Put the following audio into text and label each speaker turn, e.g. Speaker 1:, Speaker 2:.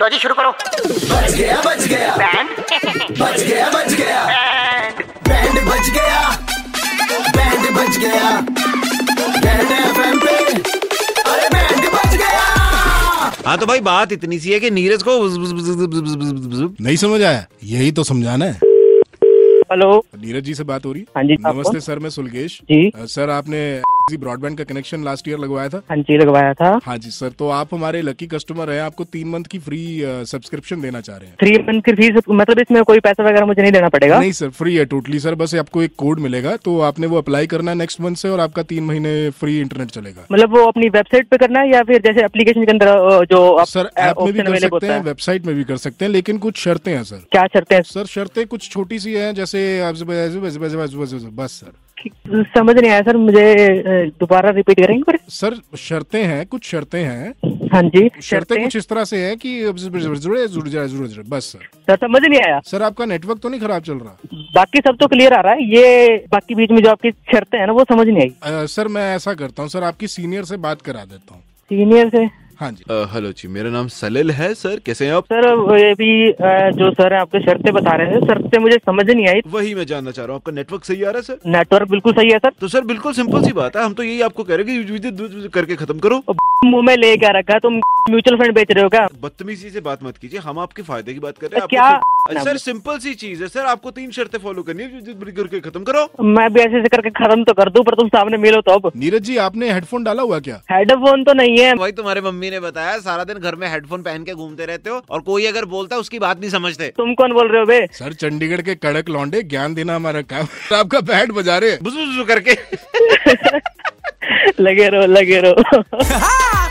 Speaker 1: लो जी शुरू करो
Speaker 2: बच गया बच गया
Speaker 1: बैंड
Speaker 2: बच गया बच गया बैंड बच गया बैंड बच गया बैंड एफएम पे अरे बैंड बच गया
Speaker 3: हाँ तो भाई बात इतनी सी है कि नीरज को
Speaker 4: नहीं समझ आया यही तो समझाना है
Speaker 5: हेलो
Speaker 4: नीरज जी से बात हो रही है
Speaker 5: हाँ जी, आप
Speaker 4: नमस्ते
Speaker 5: कौन?
Speaker 4: सर मैं सुलगेश
Speaker 5: जी।
Speaker 4: अ, सर आपने ब्रॉडबैंड का कनेक्शन लास्ट ईयर लगवाया था
Speaker 5: हाँ जी लगवाया था
Speaker 4: हाँ जी सर तो आप हमारे लकी कस्टमर हैं आपको तीन मंथ की फ्री सब्सक्रिप्शन देना चाह रहे हैं
Speaker 5: थ्री मंथ की फीस मतलब इसमें कोई पैसा वगैरह मुझे नहीं देना पड़ेगा
Speaker 4: नहीं सर फ्री है टोटली सर बस आपको एक कोड मिलेगा तो आपने वो अप्लाई करना है नेक्स्ट मंथ से और आपका तीन महीने फ्री इंटरनेट चलेगा
Speaker 5: मतलब वो अपनी वेबसाइट पे करना है या फिर जैसे एप्लीकेशन के अंदर अ, जो आप-
Speaker 4: सर
Speaker 5: अ,
Speaker 4: ऐप में भी
Speaker 5: ऑप्शन
Speaker 4: कर
Speaker 5: अवेलेबल
Speaker 4: सकते
Speaker 5: होता
Speaker 4: हैं
Speaker 5: है
Speaker 4: वेबसाइट में भी कर सकते हैं लेकिन कुछ शर्तें हैं सर
Speaker 5: क्या करते हैं
Speaker 4: सर शर्तें कुछ छोटी सी हैं जैसे आप बस सर
Speaker 5: समझ नहीं आया सर मुझे अ, दोबारा रिपीट करेंगे पर
Speaker 4: सर शर्तें हैं कुछ शर्तें हैं
Speaker 5: हाँ जी
Speaker 4: शर्तें
Speaker 5: शर्तें
Speaker 4: कुछ इस तरह से है कि बस सर
Speaker 5: सर समझ नहीं आया
Speaker 4: सर आपका नेटवर्क तो नहीं खराब चल रहा
Speaker 5: बाकी सब तो क्लियर आ रहा है ये बाकी बीच में जो आपकी शर्तें हैं ना वो समझ नहीं आई
Speaker 4: अ, सर मैं ऐसा करता हूँ सर आपकी सीनियर से बात करा देता हूँ
Speaker 5: सीनियर से
Speaker 4: हाँ जी
Speaker 3: हेलो जी मेरा नाम सलिल है सर कैसे हैं आप
Speaker 5: सर वो ये भी अ, जो सर है आपके शर्तें बता रहे हैं शर्तें मुझे समझ नहीं आई
Speaker 3: वही मैं जानना चाह रहा हूँ आपका नेटवर्क सही आ रहा है सर
Speaker 5: नेटवर्क बिल्कुल सही है सर
Speaker 3: तो सर बिल्कुल सिंपल सी बात है हम तो यही आपको कह रहे हैं कि विद्युत करके खत्म करो
Speaker 5: मुंह में ले क्या रखा है? तुम म्यूचुअल फंड बेच रहे हो क्या
Speaker 3: बदतमीजी से बात मत कीजिए हम आपके फायदे की बात कर रहे हैं
Speaker 5: क्या-
Speaker 3: आपको सर- सर सिंपल सी चीज है सर आपको तीन शर्तें फॉलो करनी है विद्युत बिल करके खत्म करो
Speaker 5: मैं भी ऐसे ऐसे करके खत्म तो कर दूं पर तुम सामने मिलो तो अब
Speaker 4: नीरज जी आपने हेडफोन डाला हुआ क्या
Speaker 5: हेडफोन तो नहीं है
Speaker 6: भाई तुम्हारे मम्मी ने बताया सारा दिन घर में हेडफोन पहन के घूमते रहते हो और कोई अगर बोलता है उसकी बात नहीं समझते
Speaker 5: तुम कौन बोल रहे हो बे
Speaker 4: सर चंडीगढ़ के कड़क लौंडे ज्ञान देना हमारा काम आपका बैट बजा रहे हैं।
Speaker 3: बुज बुज करके
Speaker 5: लगे रहो लगे रहो